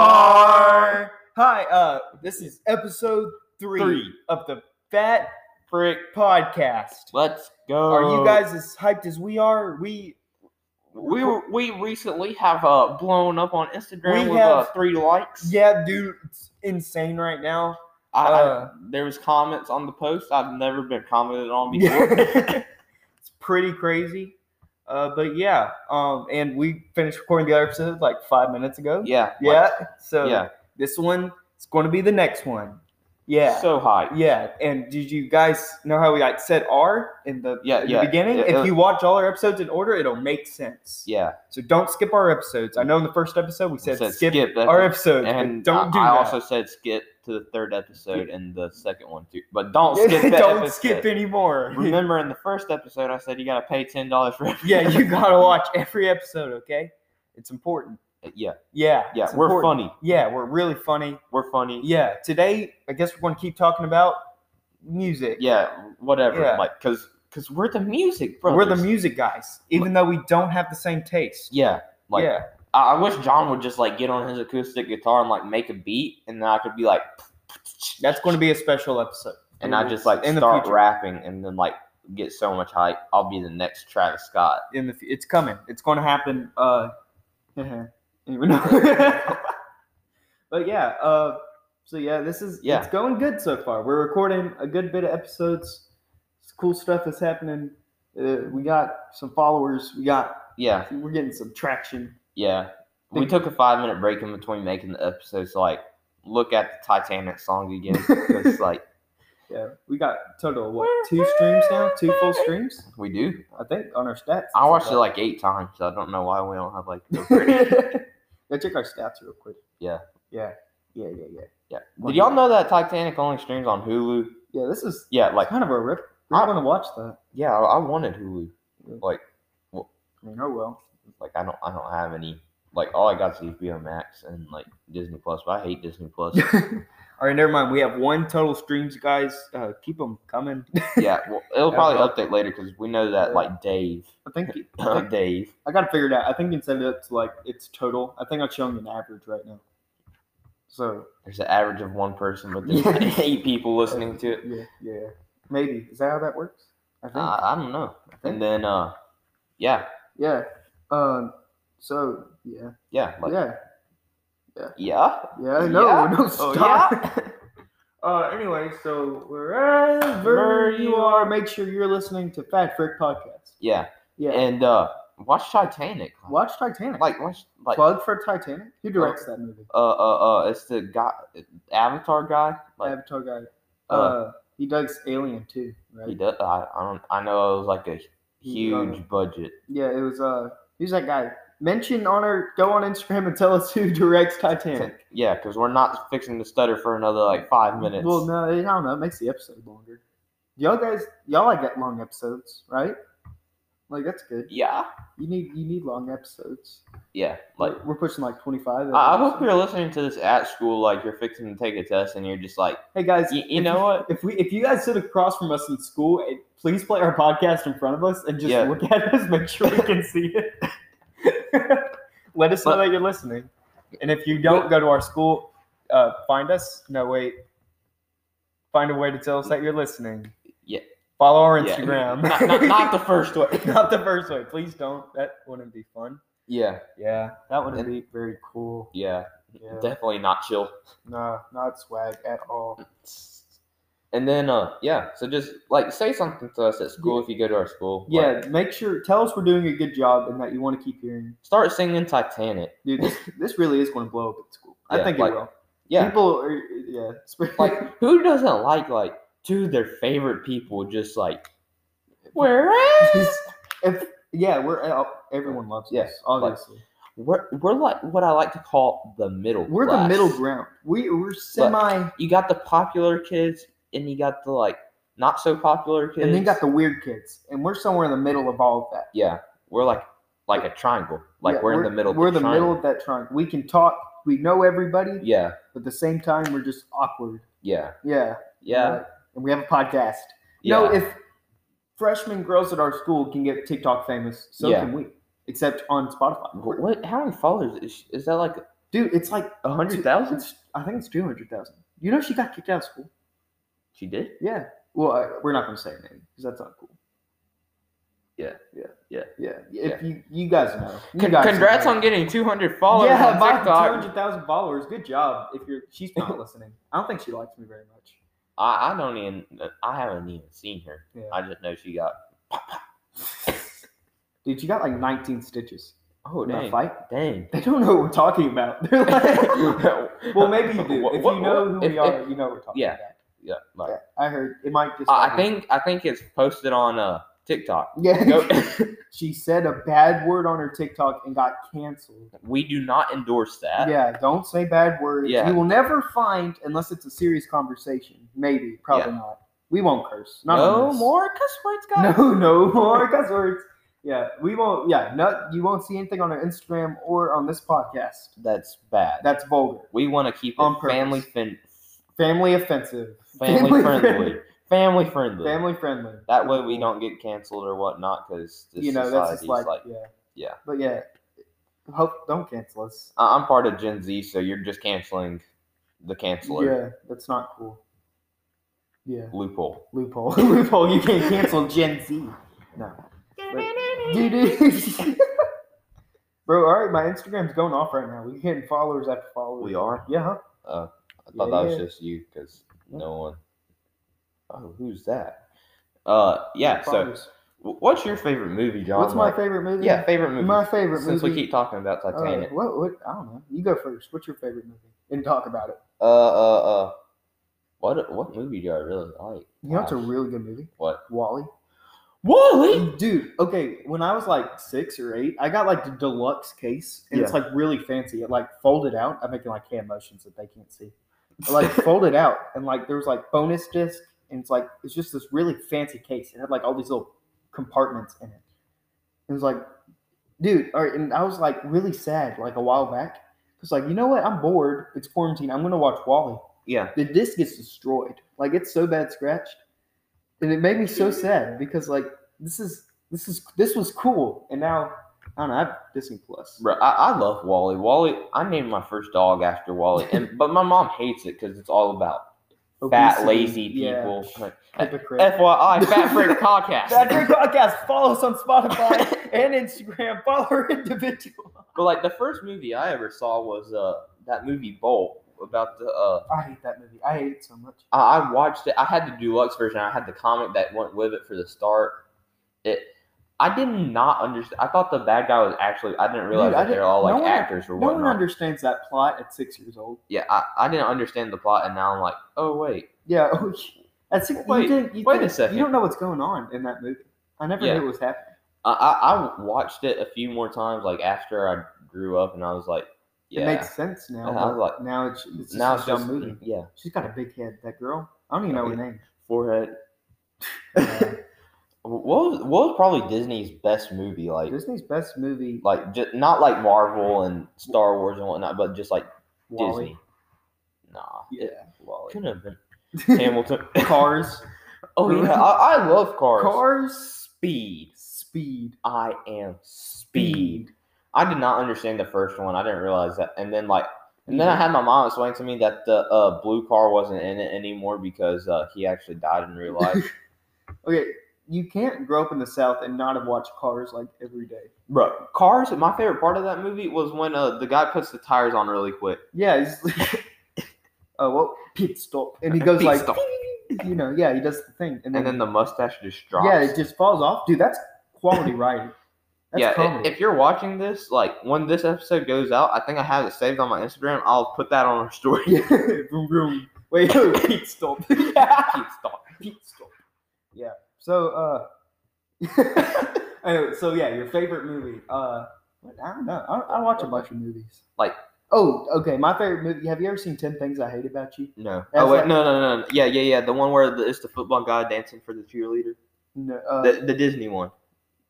R. Hi, uh, this is episode three, Three. of the Fat Frick Podcast. Let's go. Are you guys as hyped as we are? We We were- we recently have uh blown up on Instagram We with uh, have- three likes. yeah, dude, it's insane right now. I, uh, I, there was comments on the post I've never been commented on before. it's pretty crazy. Uh, but yeah, um, and we finished recording the other episode like five minutes ago. yeah. Yeah. So Yeah. this one is going to be the next one. Yeah. So high. Yeah, and did you guys know how we like said R in the, Yeah, in yeah, the beginning? yeah, if uh, you watch all our episodes in order, it'll make sense. Yeah. So don't skip our episodes. I know in the first episode we said, Said skip, that- our episodes, and but don't I, do I that. also said skip to the third episode and the second one too. But don't skip that don't episode. skip anymore. Remember in the first episode I said you gotta pay ten dollars for every yeah, you gotta watch every episode. Okay, it's important. Yeah, Yeah, yeah. it's We're important. funny. Yeah, we're really funny. We're funny. Yeah, today I guess we're going to keep talking about music. yeah, whatever. Yeah. Like, cause, cause we're the music, bro. we're the music guys, even though we don't have the same taste. Yeah, like yeah. I, I wish John would just like get on his acoustic guitar and like make a beat, and then I could be like, That's going to be a special episode. and I just like in the start future. rapping, and then like get so much hype. I'll be the next Travis Scott. In the fu- it's coming. It's going to happen. Uh, anyway, no. but yeah. Uh, so yeah, this is Yeah. It's going good so far. We're recording a good bit of episodes. It's cool stuff that's happening. Uh, we got some followers. We got Yeah, we're getting some traction. yeah. We Think- took a five minute break in between making the episodes, to, like look at the Titanic song again. Cause like Yeah, we got total of what two streams now? Two full streams, we do. I think, on our stats. I watched it like eight times. So I don't know why we don't have like. the pretty- yeah, check our stats real quick. Yeah. Yeah. Yeah. Yeah. Yeah. yeah. Did y'all know that Titanic only streams on Hulu? Yeah. This is Yeah, like kind of a rip. I- I want to watch that. yeah, I, I wanted Hulu. Yeah. Like. I mean, oh well. like I don't I don't have any like all I got is HBO Max and like Disney Plus, but I hate Disney Plus. All right, never mind. We have one total streams, guys. Uh, keep them coming. yeah, well, it'll Yeah, probably well- update later because we know that like Dave, I think I, think- Dave, I gotta figure it out. I think you can set it up to like it's total. I think I'm showing an average right now. So there's an average of one person, but there's Yeah. eight people listening to it. yeah, yeah. Maybe is that how that works? I think. I, I don't know. And then uh, yeah, yeah. Um. So yeah. yeah, like yeah, yeah. Yeah. yeah, No. No. Oh, Stop. yeah. Uh, anyway, so wherever you are, make sure you're listening to Fat Frick Podcast. yeah, Yeah. and uh, watch Titanic. Watch Titanic. Like watch like Plug for Titanic. Who directs that movie? uh uh uh, it's the guy Avatar guy. Like Avatar guy. Uh, uh, he does Alien too, right? he does. I, I don't. I know it was like a He, uh, huge budget. Yeah, it was. Uh, who's that guy? Mention on our go on Instagram and tell us who directs Yeah, Titanic. yeah, because we're not fixing to stutter for another like five minutes. Well, no, I don't know. It makes the episode longer. Y'all guys, y'all like that long episodes, right? Like that's good. Yeah, You need you need long episodes. yeah. Like, we're, we're pushing like twenty five. I, I hope you're listening to this at school. Like, you're fixing to take a test, and you're just like, Hey guys, you, if you know what? If we, if you guys sit across from us in school, eh, please play our podcast in front of us and just Yeah. look at us, make sure we can see it. Let us know But- that you're listening. And if you don't go to our school, uh, find us. No, wait. Find a way to tell us that you're listening. Yeah. Follow our Yeah. Instagram. Not, not, not the first one. Not the first way. Please don't. That wouldn't be fun. Yeah, Yeah, that wouldn't be very cool. yeah, Yeah. definitely not chill. Nah, not swag at all. And then, uh, yeah. So just like say something to us at school if you go to our school. like, Yeah, make sure tell us we're doing a good job and that you want to keep hearing. start singing Titanic. dude, this, this really is going to blow up at school. I Yeah, think like- it will. Yeah, People are, yeah. it's- like who doesn't like like two of their favorite people just like whereas. if, yeah, we're, out- everyone loves Yeah, us, obviously. we're, we're like what I like to call the middle. we're the class. middle ground. We, we're semi, You got the popular kids, and you got the like not so popular kids. and then got the weird kids. And we're somewhere in the middle of all of that. yeah. We're like like a triangle. Like Yeah, we're, in the middle. of We're the triangle. middle of that trunk. We can talk, we know everybody, Yeah, but at the same time, we're just awkward. yeah, Yeah. yeah, right. And we have a podcast. yeah. No, if freshman girls at our school can get TikTok famous, so Yeah. can we. Except on Spotify. Wh- what? How many followers is, is that? Like dude. It's like A hundred thousand? it's- I think it's two hundred thousand. You know she got kicked out of school. She did? Yeah. Well, I, we're not going to say her name because that's not cool. Yeah. Yeah. Yeah. Yeah. If you you guys know, you Con- guys Congrats know. on getting 200 followers yeah, on TikTok. two hundred thousand followers. Good job. If you're, she's not listening. I don't think she likes me very much. I, I don't even. I haven't even seen her. Yeah. I just know she got. Dude, she got like nineteen stitches Oh in that dang! fight. Dang. They don't know what we're talking about. They're like, well, maybe you do. What- If what- you know who if- we are, if- you know what we're talking yeah. about. yeah. Like, Yeah. I heard it might just. I I not be- think I think it's posted on uh TikTok. Yeah. Go- she said a bad word on her TikTok and got canceled. we do not endorse that. yeah, don't say bad words. Yeah. You will never find unless it's a serious conversation. Maybe, probably not. We won't curse. Not on no this. more cuss words, guys. No, no more cuss words. Yeah, we won't. Yeah, no, you won't see anything on our Instagram or on this podcast. That's bad. That's vulgar, we want to keep it On purpose. family fin- family offensive, family friendly. friendly, Family friendly. family friendly. That way we don't get canceled or whatnot because this you know, that's society's just like, like, yeah, yeah. But yeah, hope don't cancel us. I- I'm part of Gen Z, so you're just canceling the canceler Yeah, that's not cool. Yeah, loophole. loophole, loophole. You can't cancel Gen Z. No, dude. Bro, all right, my Instagram's going off right now. We're getting followers after followers. We are. Uh, Yeah, huh? I thought that was Yeah. just you because no one. Oh, who's that? Uh, yeah. So, Followers. wh- what's your favorite movie, John? what's my Like- favorite movie? Yeah, favorite movie. My favorite Since movie. we keep talking about All right, Titanic, what, what? I don't know. You go first. What's your favorite movie? And talk about it. uh, uh, uh, what what movie do I really like? You know, it's a Gosh. really good movie. What? Wally. Wally. Um, Dude, okay. When I was like six or eight, I got like the deluxe case, and it's like really fancy. It like folded out. I'm making like hand motions that they can't see. It, like folded out, and like there was like bonus disc, and it's like it's just this really fancy case. It had like all these little compartments in it. It was like, dude, all right, and I was like really sad like a while back. Cause like you know what, I'm bored. It's quarantine. I'm gonna watch Wally. Yeah. The disc gets destroyed. Like it's so bad scratched, and it made me so sad because like this is this is this was cool, and now I don't know. I have Disney Plus. Bro, I, I love Wally. Wally, I named my first dog after Wally, and but my mom hates it because it's all about fat, Obesity, lazy yeah, people. Like, hypocrite. FYI, Fat Freak Podcast. Bad Drink Podcast. Follow us on Spotify and Instagram. Follow our individual. But like the first movie I ever saw was uh that movie Bolt about the uh I hate that movie. I hate it so much. I, I watched it. I had the deluxe version. I had the comic that went with it for the start. It I did not understand. I thought the bad guy was actually. I didn't realize Dude, I that they're didn't- all like no one- actors or No one whatnot. understands that plot at six years old. yeah, I, I didn't understand the plot, and now I'm like, oh wait, Yeah. oh, sh- At six, Wait, you didn't, you wait a didn't- second. You don't know what's going on in that movie. I never Yeah. knew it was happening. I, I I watched it a few more times. Like after I grew up, and I was like, yeah, It makes sense now. And I was but like- now it's, it's just now now it's dumb just movie. yeah, She's got a big head. That girl. I don't even know her name. forehead. Uh, What was, what was probably Disney's best movie? Like Uh, Disney's best movie. like just not like Marvel and Star Wars and whatnot, but just like Disney. Wally. Nah, Yeah. it Wally. could have been Hamilton. Cars. oh yeah, I, I love cars. Cars. Speed. Speed. I am speed. I did not understand the first one. I didn't realize that, and then like, and then I had my mom explain to me that the uh, blue car wasn't in it anymore because uh, he actually died in real life. Okay, you can't grow up in the South and not have watched Cars like every day. Bro, Cars. My favorite part of that movie was when uh, the guy puts the tires on really quick. Yeah. He's like, oh well, pit stop, and he goes Pit like, stop. you know, yeah, he does the thing, and then, and then the mustache just drops. yeah, it just falls off, dude. That's quality writing. That's yeah. i- comedy. If you're watching this, like when this episode goes out, I think I have it saved on my Instagram. I'll put that on our story. Yeah. vroom, vroom. Wait, oh, pit stop. Keep stalking. Pit stop. Yeah. So, uh, anyway, so yeah, your favorite movie? Uh, what, I don't know. I, I watch a bunch of movies. Like- oh, okay. My favorite movie. Have you ever seen Ten Things I Hate About You? No. That's oh wait, like- no, no, no, no. Yeah, yeah, yeah. The one where the, it's the football guy dancing for the cheerleader. No. Uh, The, the Disney one.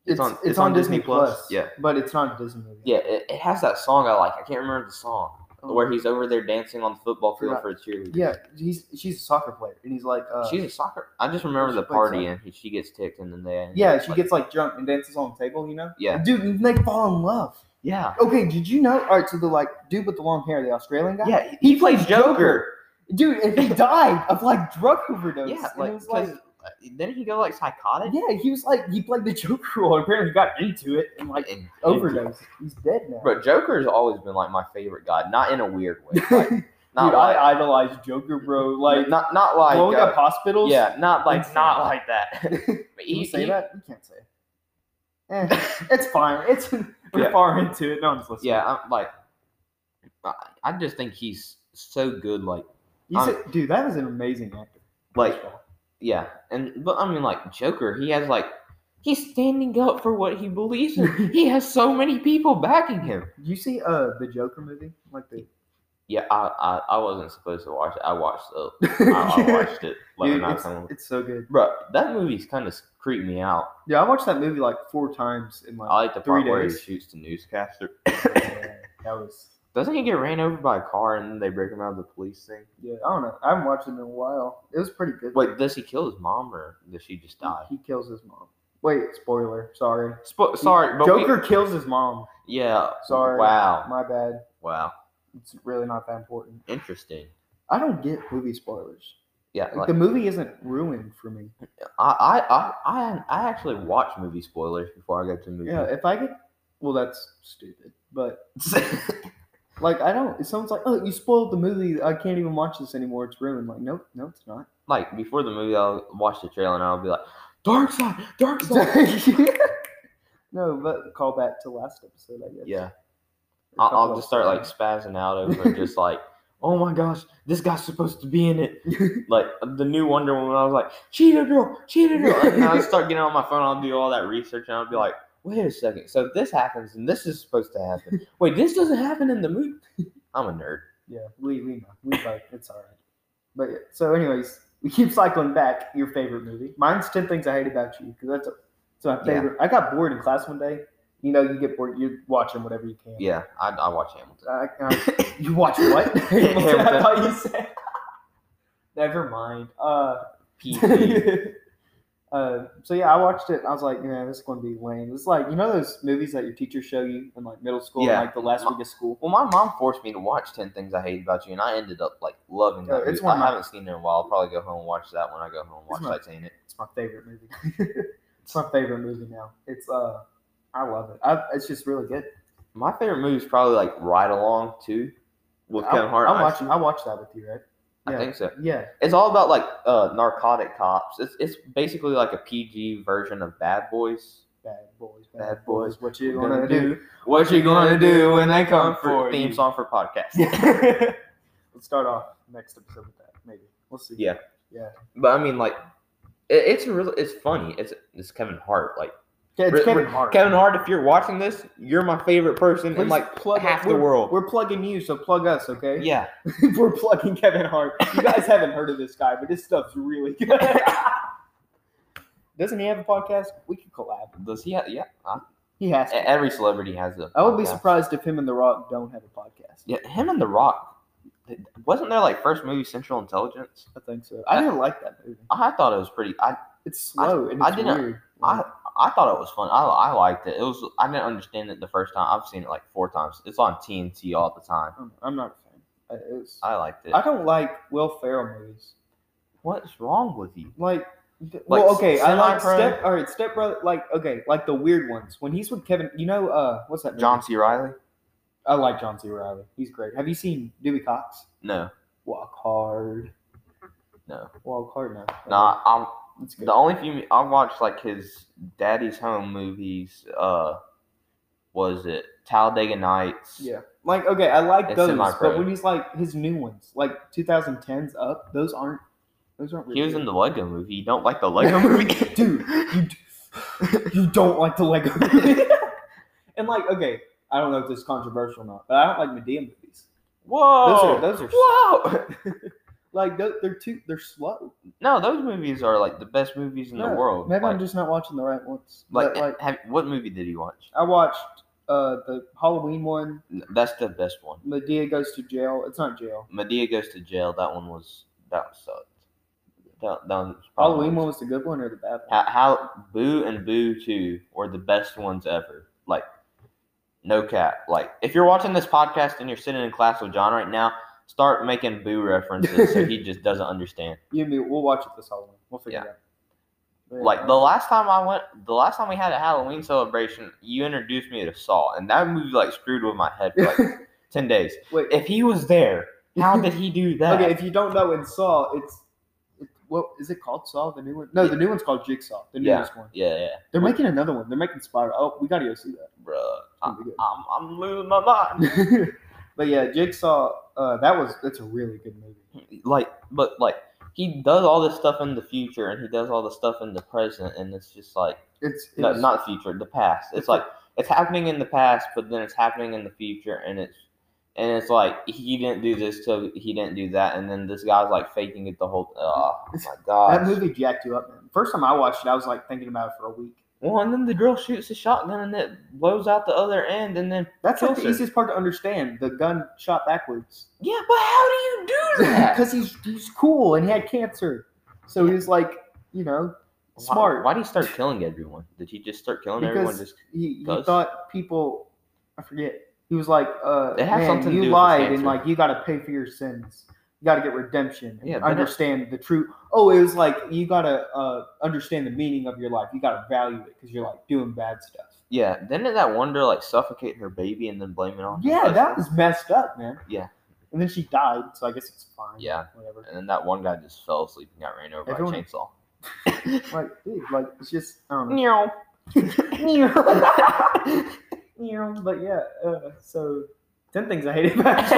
It's, on. It's, on, Disney, Plus. Yeah. but it's not a Disney movie. Yeah. It, it has that song I like. I can't remember the song Oh. where he's over there dancing on the football field Right. for the cheerleader. yeah, he's she's a soccer player, and he's like, uh, She's a soccer. I just remember she the plays party soccer. and he, she gets ticked and then they. yeah, she like- gets like drunk and dances on the table, you know. Yeah. dude, and they fall in love. Yeah. Okay, did you know? All right, so the like dude with the long hair, the Australian guy. Yeah. He, plays Joker. dude, and he died of like drug overdose. Yeah. and it Like, was, like, because didn't he go like psychotic? yeah, he was like he played the Joker role. and Apparently, he got into it and like And- overdosed. He's dead now. But Joker's always been like my favorite guy, not in a weird way. Like, not Dude, like, I idolize Joker, bro. Like not not like blowing uh, up hospitals. yeah, not like Insane. not like that. But Can he- you say he- that? You can't say. it. Eh, it's fine. It's we're Yeah. far into it. No one's listening. Yeah, I'm like, I, I just think he's so good. Like, You said, dude, that was an amazing actor. like yeah, and but I mean, like Joker, he has like he's standing up for what he believes in. he has so many people backing him. you see uh the Joker movie? Like the Yeah, I I, I wasn't supposed to watch it. I watched the I, I watched it. Like, Dude, when I it's, come- it's so good. Bro, that movie's kind of creeped me out. Yeah, I watched that movie like four times in like I like the three part where he days. shoots the newscaster. yeah, that was Doesn't he get ran over by a car and then they break him out of the police thing? yeah. I don't know. I haven't watched it in a while. It was pretty good. Wait, does he kill his mom or does she just die? he kills his mom. Wait, spoiler. Sorry. Spo- sorry, but we- Joker kills his mom. yeah. Sorry. Wow. My bad. Wow. It's really not that important. Interesting. I don't get movie spoilers. Yeah. Like, Like, the movie isn't ruined for me. I, I, I, I, I actually watch movie spoilers before I go to the movie. Yeah, if I get, well, that's stupid. But like, I don't. If someone's like, "Oh, you spoiled the movie. I can't even watch this anymore. It's ruined." Like, no, no, it's not. like before the movie, I'll watch the trailer and I'll be like, "Dark side, dark side." no, but call back to last episode, I guess. yeah. Or I'll, couple I'll just start like episodes. spazzing out over just like, oh my gosh, this guy's supposed to be in it. Like the new Wonder Woman, I was like, cheetah girl, cheetah girl. And I start getting on my phone, I'll do all that research, and I'll be like, wait a second. So this happens, and this is supposed to happen. Wait, this doesn't happen in the movie. I'm a nerd. yeah. We we know we both. It's all right. But yeah, so, anyways, we keep cycling back. Your favorite movie? Mine's Ten Things I Hate About You because that's a, it's my Yeah. favorite. I got bored in class one day. You know, you get bored. You're watching whatever you can. Yeah, I, I watch Hamilton. I, I, you watch what? Hamilton. I thought you said. Never mind. Uh, E PG. uh, so yeah, I watched it. and I was like, man, this is going to be lame. It's like you know those movies that your teachers show you in like middle school, Yeah. and, like the last week of school. well, my mom forced me to watch Ten Things I Hate About You, and I ended up like loving Yeah, that. it's movie. one of I my- haven't seen it in a while. I'll probably go home and watch that when I go home and watch It's my- Titanic. It's my favorite movie. it's my favorite movie now. It's uh, I love it. I, it's just really good. My favorite movie is probably like Ride Along too, with I- Kevin Hart. I'm I- watching. I watched that with you, right? I Yeah. think so. Yeah. It's all about like uh, narcotic cops. It's it's basically like a PG version of Bad Boys. Bad boys. Bad boys, What you gonna gonna, do? What you gonna do when they come for theme you? song for podcast? Let's start off next episode with that. Maybe we'll see. Yeah. But I mean, like, it, it's really it's funny. It's it's Kevin Hart. Like Yeah, it's Re- Kevin re- Hart. Kevin Hart, if you're watching this, you're my favorite person in Please like plug half the we're- world. We're plugging you, so plug us, okay? yeah, we're plugging Kevin Hart. You guys haven't heard of this guy, but his stuff's really good. Doesn't he have a podcast? We could collab. does he? Have, yeah, I- e-, He has. To. every celebrity has a. I would be podcast. surprised if him and The Rock don't have a podcast. Yeah, him and The Rock. Wasn't there like first movie Central Intelligence? I think so. I didn't like that movie. I thought it was pretty. I It's slow and I it's didn't- weird. I I thought it was fun. I I liked it. It was. I didn't understand it the first time. I've seen it like four times. It's on TNT all the time. I don't know. I'm not a fan. I- It's, I liked it. I don't like Will Ferrell movies. What's wrong with you? Like, th- well, Like, okay, I like Semi-Pro? step. All right, step brother. Like, okay, like the weird ones. When he's with Kevin, you know, uh, what's that? movie? John C. Riley? I like John C. Riley. He's great. Have you seen Dewey Cox? No, Walk hard. no, Walk hard now. nah. I'm That's good. the only few I watched like his Daddy's Home movies. Uh, was it Talladega Nights? Yeah. Like, okay, I like It's those, semi-pro. but when he's like his new ones, like 2010s up, those aren't. Those aren't. He was in the Lego movie. You don't like the Lego Lego movie? dude. You, d- you don't like the Lego movie. and like, okay, I don't know if this is controversial or not, but I don't like Medea movies. Whoa! Those are those are Whoa! like they're, they're too they're slow. No, those movies are like the best movies in Yeah, the world. Maybe like, I'm just not watching the right ones. like, But, like have, what movie did you watch? I watched uh the Halloween one. That's the best one. Medea goes to jail. It's not jail. Medea goes to jail. That one was that one sucked. That, that one was probably Halloween one was the good one or the bad How, one? how Boo and Boo Two were the best ones ever. Like No cap. Like if you're watching this podcast and you're sitting in class with John right now, start making boo references so he just doesn't understand. You and me, we'll watch it this Halloween. We'll figure it out. But, Like the last time I went, the last time we had a Halloween celebration, you introduced me to Saw, and that movie like screwed with my head for like ten days. wait, If he was there, how did he do that? okay, if you don't know, in Saw, it's it, what is it called? Saw the new one? No, the new one's called Jigsaw. The newest one. yeah, yeah, They're making another one. They're making Spiral. Oh, we gotta go see that. bruh. I, It's gonna be I'm, I'm losing my mind. good. but yeah, Jigsaw. Uh, that was that's a really good movie. like but like he does all this stuff in the future and he does all this stuff in the present and it's just like It's, it's no, not future the past it's like it's happening in the past but then it's happening in the future and it's and it's like he didn't do this till he didn't do that and then this guy's like faking it the whole oh my that god movie jacked you up, man. First time I watched it, I was like thinking about it for a week. well and then the girl shoots a shotgun and it blows out the other end and then That's like Kills the her. easiest part to understand. The gun shot backwards. yeah but how do you do that Because he's he's cool and he had cancer, so he was like, you know, smart. why, why did he start killing everyone did he just start killing everyone Because- just he, he Does? thought people I forget. He was like, uh It has man, something to you do with lied cancer. and like you gotta pay for your sins. You gotta get redemption. and Yeah, but it- understand the truth. Oh, it was like you gotta uh understand the meaning of your life. You gotta value it because you're like doing bad stuff. Yeah, didn't that one girl like suffocate her baby and then blame it on? her Yeah, that husband? was messed up, man. Yeah. And then she died, so I guess it's fine. Yeah. Whatever. And then that one guy just fell asleep and got ran over Everyone- by a chainsaw. Like, dude, like it's just I don't know. Meow. Yeah, but yeah, uh, so ten things I hate about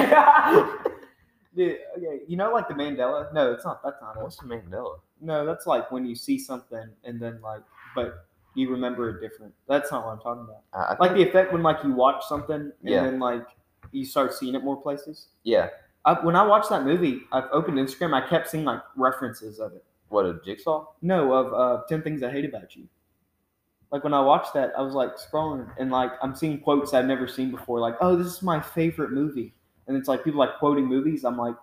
you. Dude, okay, you know, like the Mandela? No, it's not. That's not it. What's the Mandela? No, that's like when you see something and then like, but you remember it different. That's not what I'm talking about. I, I think, Like the effect when like you watch something and Yeah. then like you start seeing it more places. yeah. I, when I watched that movie, I've opened Instagram. I kept seeing like references of it. What a jigsaw? No, of uh, ten things I hate about you. Like when I watched that, I was like scrolling and like I'm seeing quotes I've never seen before. Like, oh, this is my favorite movie, and it's like people like quoting movies. I'm like,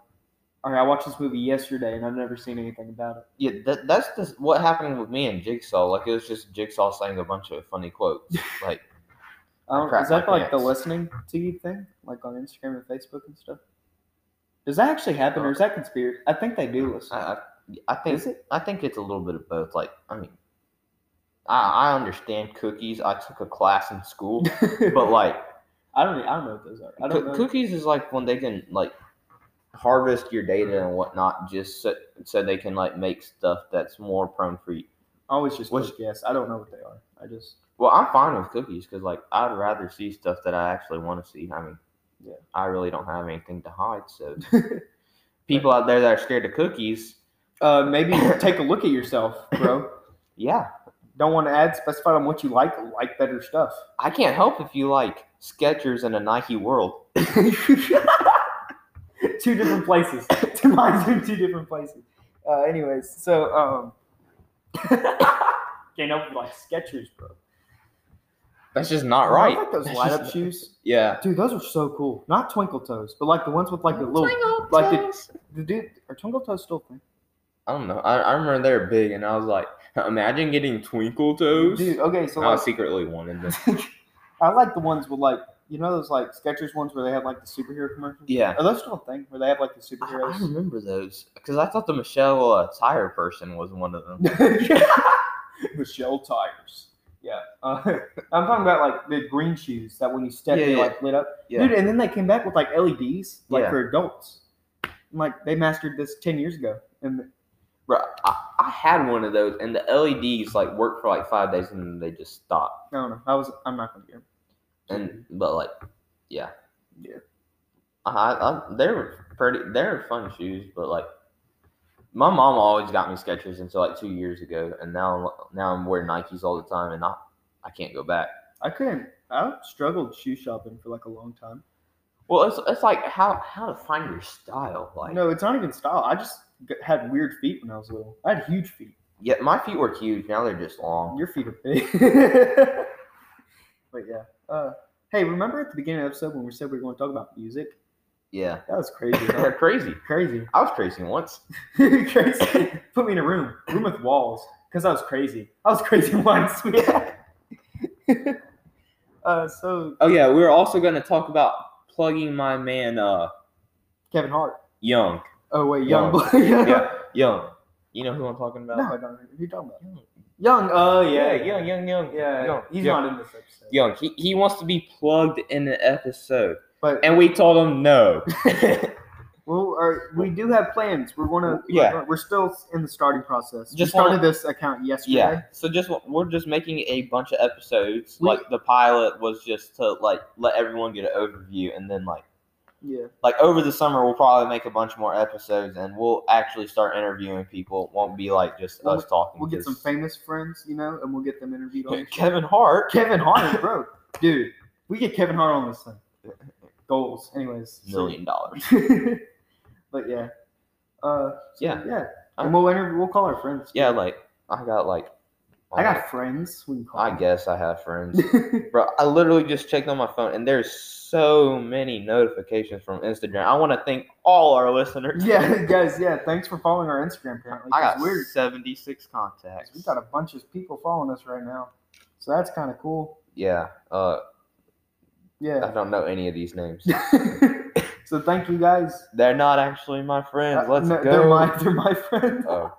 all right, I watched this movie yesterday and I've never seen anything about it. Yeah, that, that's just what happened with me and Jigsaw. Like it was just Jigsaw saying a bunch of funny quotes. like I don't, crap Um, is that my like the pants. listening to you thing, like on Instagram and Facebook and stuff? Does that actually happen, or is that conspiracy? I think they do listen. I, I, I think Is it? I think it's a little bit of both. Like I mean, I I understand cookies. I took a class in school, but like I don't. e, I don't know what those are. I don't Coo- know. cookies is like when they can like harvest your data and whatnot just so, so they can like make stuff that's more prone for you. I always just What's- click yes. I don't know what they are. I just Well, I'm fine with cookies because like I'd rather see stuff that I actually want to see. I mean, Yeah. I really don't have anything to hide. So people out there that are scared of cookies, uh, maybe take a look at yourself, bro. yeah, don't want to add specified on what you like. Like better stuff. I can't help if you like Skechers and a Nike World. two different places. Two minds in two different places. Uh, anyways, so um, can't help but like Skechers, bro. That's just not right. I like those That's light just- up shoes. Yeah. Dude, those are so cool. Not twinkle toes, but like the ones with like the little like the, the dude are twinkle toes still a thing? I don't know. I, I remember they were big, and I was like, imagine getting Twinkle Toes. Oh, Dude, okay, so I like, secretly wanted them. I like the ones with like you know those like Skechers ones where they have like the superhero commercials? Yeah. Are those still a thing where they have like the I, I superheroes? remember those because I thought the Michelle uh, tire person was one of them. Michelle tires. Yeah. Uh, I'm talking about like the green shoes that when you step Yeah, they yeah. like lit up. Yeah, Dude, and then they came back with like LEDs, like Yeah. for adults. And, like they mastered this ten years ago. And bro, I, I had one of those, and the LEDs like worked for like five days, and then they just stopped. I don't know. I was I'm not gonna get them. And but like, yeah, Yeah. I, I they were pretty. They were fun shoes, but like, my mom always got me Skechers until like two years ago, and now now I'm wearing Nikes all the time, and I I can't go back. I couldn't. I struggled shoe shopping for like a long time. Well, it's, it's like how how to find your style. Like, No, it's not even style. I just g- had weird feet when I was little. I had huge feet. yeah, my feet were huge. Now they're just long. Your feet are big. but yeah. Uh, hey, remember at the beginning of the episode when we said we were going to talk about music? Yeah. That was crazy. huh? They're crazy. crazy. I was crazy once. crazy. Put me in a room, room with walls, because I was crazy. I was crazy once. uh, Uh, so Oh yeah, we were also going to talk about plugging my man uh Kevin Hart. Young. Oh wait, Young. Young. Blood. Yeah, Young. You know who I'm talking No, about? I don't. Who you talking about? Young. Oh yeah, Young, Young, Young. Yeah, Young, he's Young. not in this episode. Young. He, he wants to be plugged in an episode. But And we told him no. Well, our, we do have plans. We're gonna. Yeah. We're, we're still in the starting process. Just we started wanna- this account yesterday. yeah. So just we're just making a bunch of episodes. We- like the pilot was just to like let everyone get an overview and then like Yeah. like over the summer we'll probably make a bunch more episodes and we'll actually start interviewing people. It won't be like just We'll- us talking. We'll get some 'cause- famous friends, you know, and we'll get them interviewed on. the show. Kevin Hart. Kevin Hart, bro, dude, we get Kevin Hart on this thing. Goals, anyways. so- Million dollars. but yeah. Uh, Yeah. yeah. And we'll interview. We'll call our friends. Yeah, like I got like I got friends. We can call. I them. guess I have friends. Bro, I literally just checked on my phone and there's so many notifications from Instagram. I want to thank all our listeners. yeah, guys. Yeah, thanks for following our Instagram. Apparently, I 'cause got we're- 76 Guys, contacts. We got a bunch of people following us right now, so that's kind of cool. yeah, uh, I Yeah. don't know any of these names. so thank you guys. they're not actually my friends. Uh, Let's no, go. They're my they're my friends. Oh,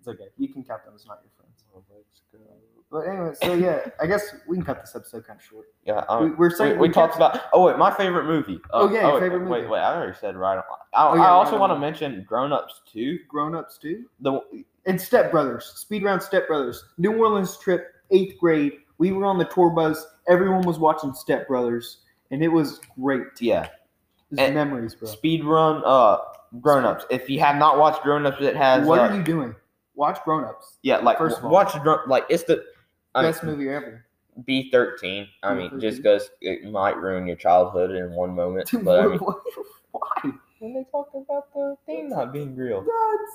It's okay. You can count them as not your friends. let's go. But anyway, so yeah, I guess we can cut this episode kind of short. Yeah, We, um, we're we, saying we talked kept- about. Oh wait, my favorite movie. Uh, Oh, yeah, your wait, favorite Wait, movie. wait, I already said right. On, I, Oh, yeah, I Right also On want to Line. mention Grown Ups Two. grown-ups too, The and Step Brothers, Speed Round Step Brothers, New Orleans trip, eighth grade. We were on the tour bus. Everyone was watching Step Brothers, and it was great. yeah, It's And- memories, bro. Speed run uh grown ups. If you have not watched grown ups, it has What uh, are you doing? Watch grown-ups. yeah, like First of all- watch grown like it's the Best movie ever. B thirteen. I mean, just B13. goes it might ruin your childhood in one moment. Dude, But I what- mean, what- why? when they talk about the thing not being real,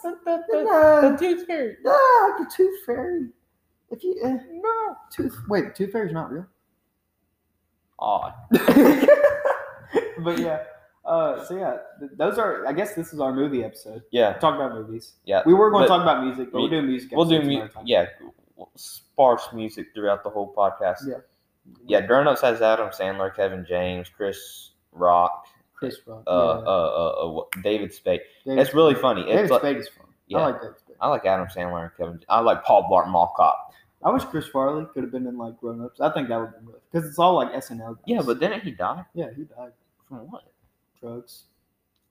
That's the, the, no, tooth fairy. no, the tooth fairy. If you eh, No. tooth wait, the tooth fairy's not real. Aw. but yeah, uh, so yeah, th- those are. I guess this is our movie episode. Yeah, Talk about movies. yeah. We were going But- to talk about music, but we'll do music. We'll do episodes mu- another time. yeah sparse music throughout the whole podcast. Yeah. Yeah, Grown Ups has Adam Sandler, Kevin James, Chris Rock, Chris Rock. uh, yeah. uh, uh, uh, what- David Spade. David It's really funny. David It's like, Spade is fun. yeah. I like David Spade. I like Adam Sandler and Kevin. I like Paul Blart Mall Cop. I wish Chris Farley could have been in like Grown Ups. I think that would have been good because it's all like SNL. Guys. Yeah, but didn't he die yeah, he died from what? drugs.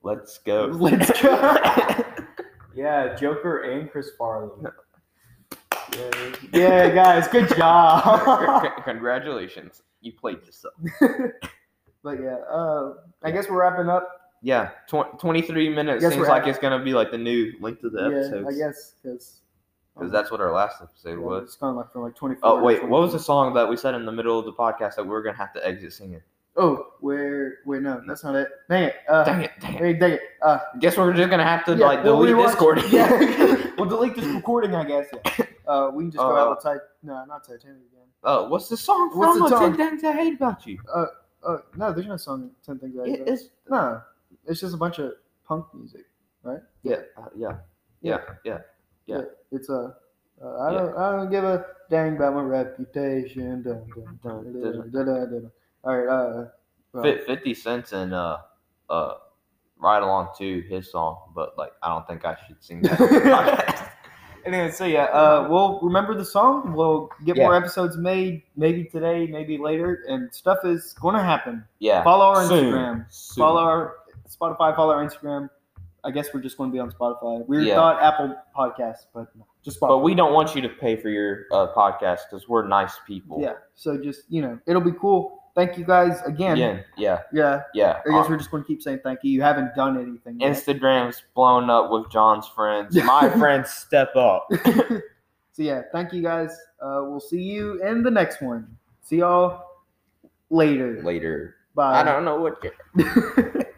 Let's go. Let's go. yeah, Joker and Chris Farley. Yeah, yeah, guys, good job. Congratulations, you played yourself. but yeah, uh, I guess we're wrapping up. Yeah, tw- twenty-three minutes Guess seems we're like at- it's gonna be like the new length of the yeah, I episodes guess because because that's what our last episode was. It's gone like for like twenty four. Oh wait, what was the song that we said in the middle of the podcast that we were gonna have to exit singing? Oh, where? Wait, no, that's not it. Dang it. Uh, Dang it! Dang it! Hey, dang it. Uh, Guess we're just gonna have to yeah, like we'll delete rewatch- Discord. Yeah, we'll delete this recording, I guess. Yeah. Uh, we can just go Uh, out with Tit- No, not Titanic again. Uh, what's the song from? What's the uh, song? Ten Things I Hate About You. Uh, no, there's no song ten things I It Hate. About- is. No, it's just a bunch of punk music. Yeah. Uh, yeah. Yeah. Yeah. It's a. Uh, I Yeah. don't. I don't give a dang about my reputation. Dun, dun, dun, dun, dun, dun, dun, dun. All right. Uh, well, Fif- Fifty Cent and uh uh Ride Along to his song, but like I don't think I should sing that. anyway, so yeah, uh, we'll remember the song. We'll get Yeah. more episodes made, maybe today, maybe later, and stuff is going to happen. yeah. Follow our Soon. Instagram, Soon. follow our Spotify, follow our Instagram. I guess we're just going to be on Spotify. We Yeah. thought Apple Podcasts, but no, just But Spotify. we don't want you to pay for your uh, podcast because we're nice people. yeah, so just you know, it'll be cool. Thank you guys again. Yeah, Yeah. Yeah. Yeah. I guess Uh, we're just going to keep saying thank you. You haven't done anything. yet. Instagram's blown up with John's friends. My friends step up. so yeah, thank you guys. Uh, we'll see you in the next one. See y'all later. Later. Bye. I don't know what. you don't.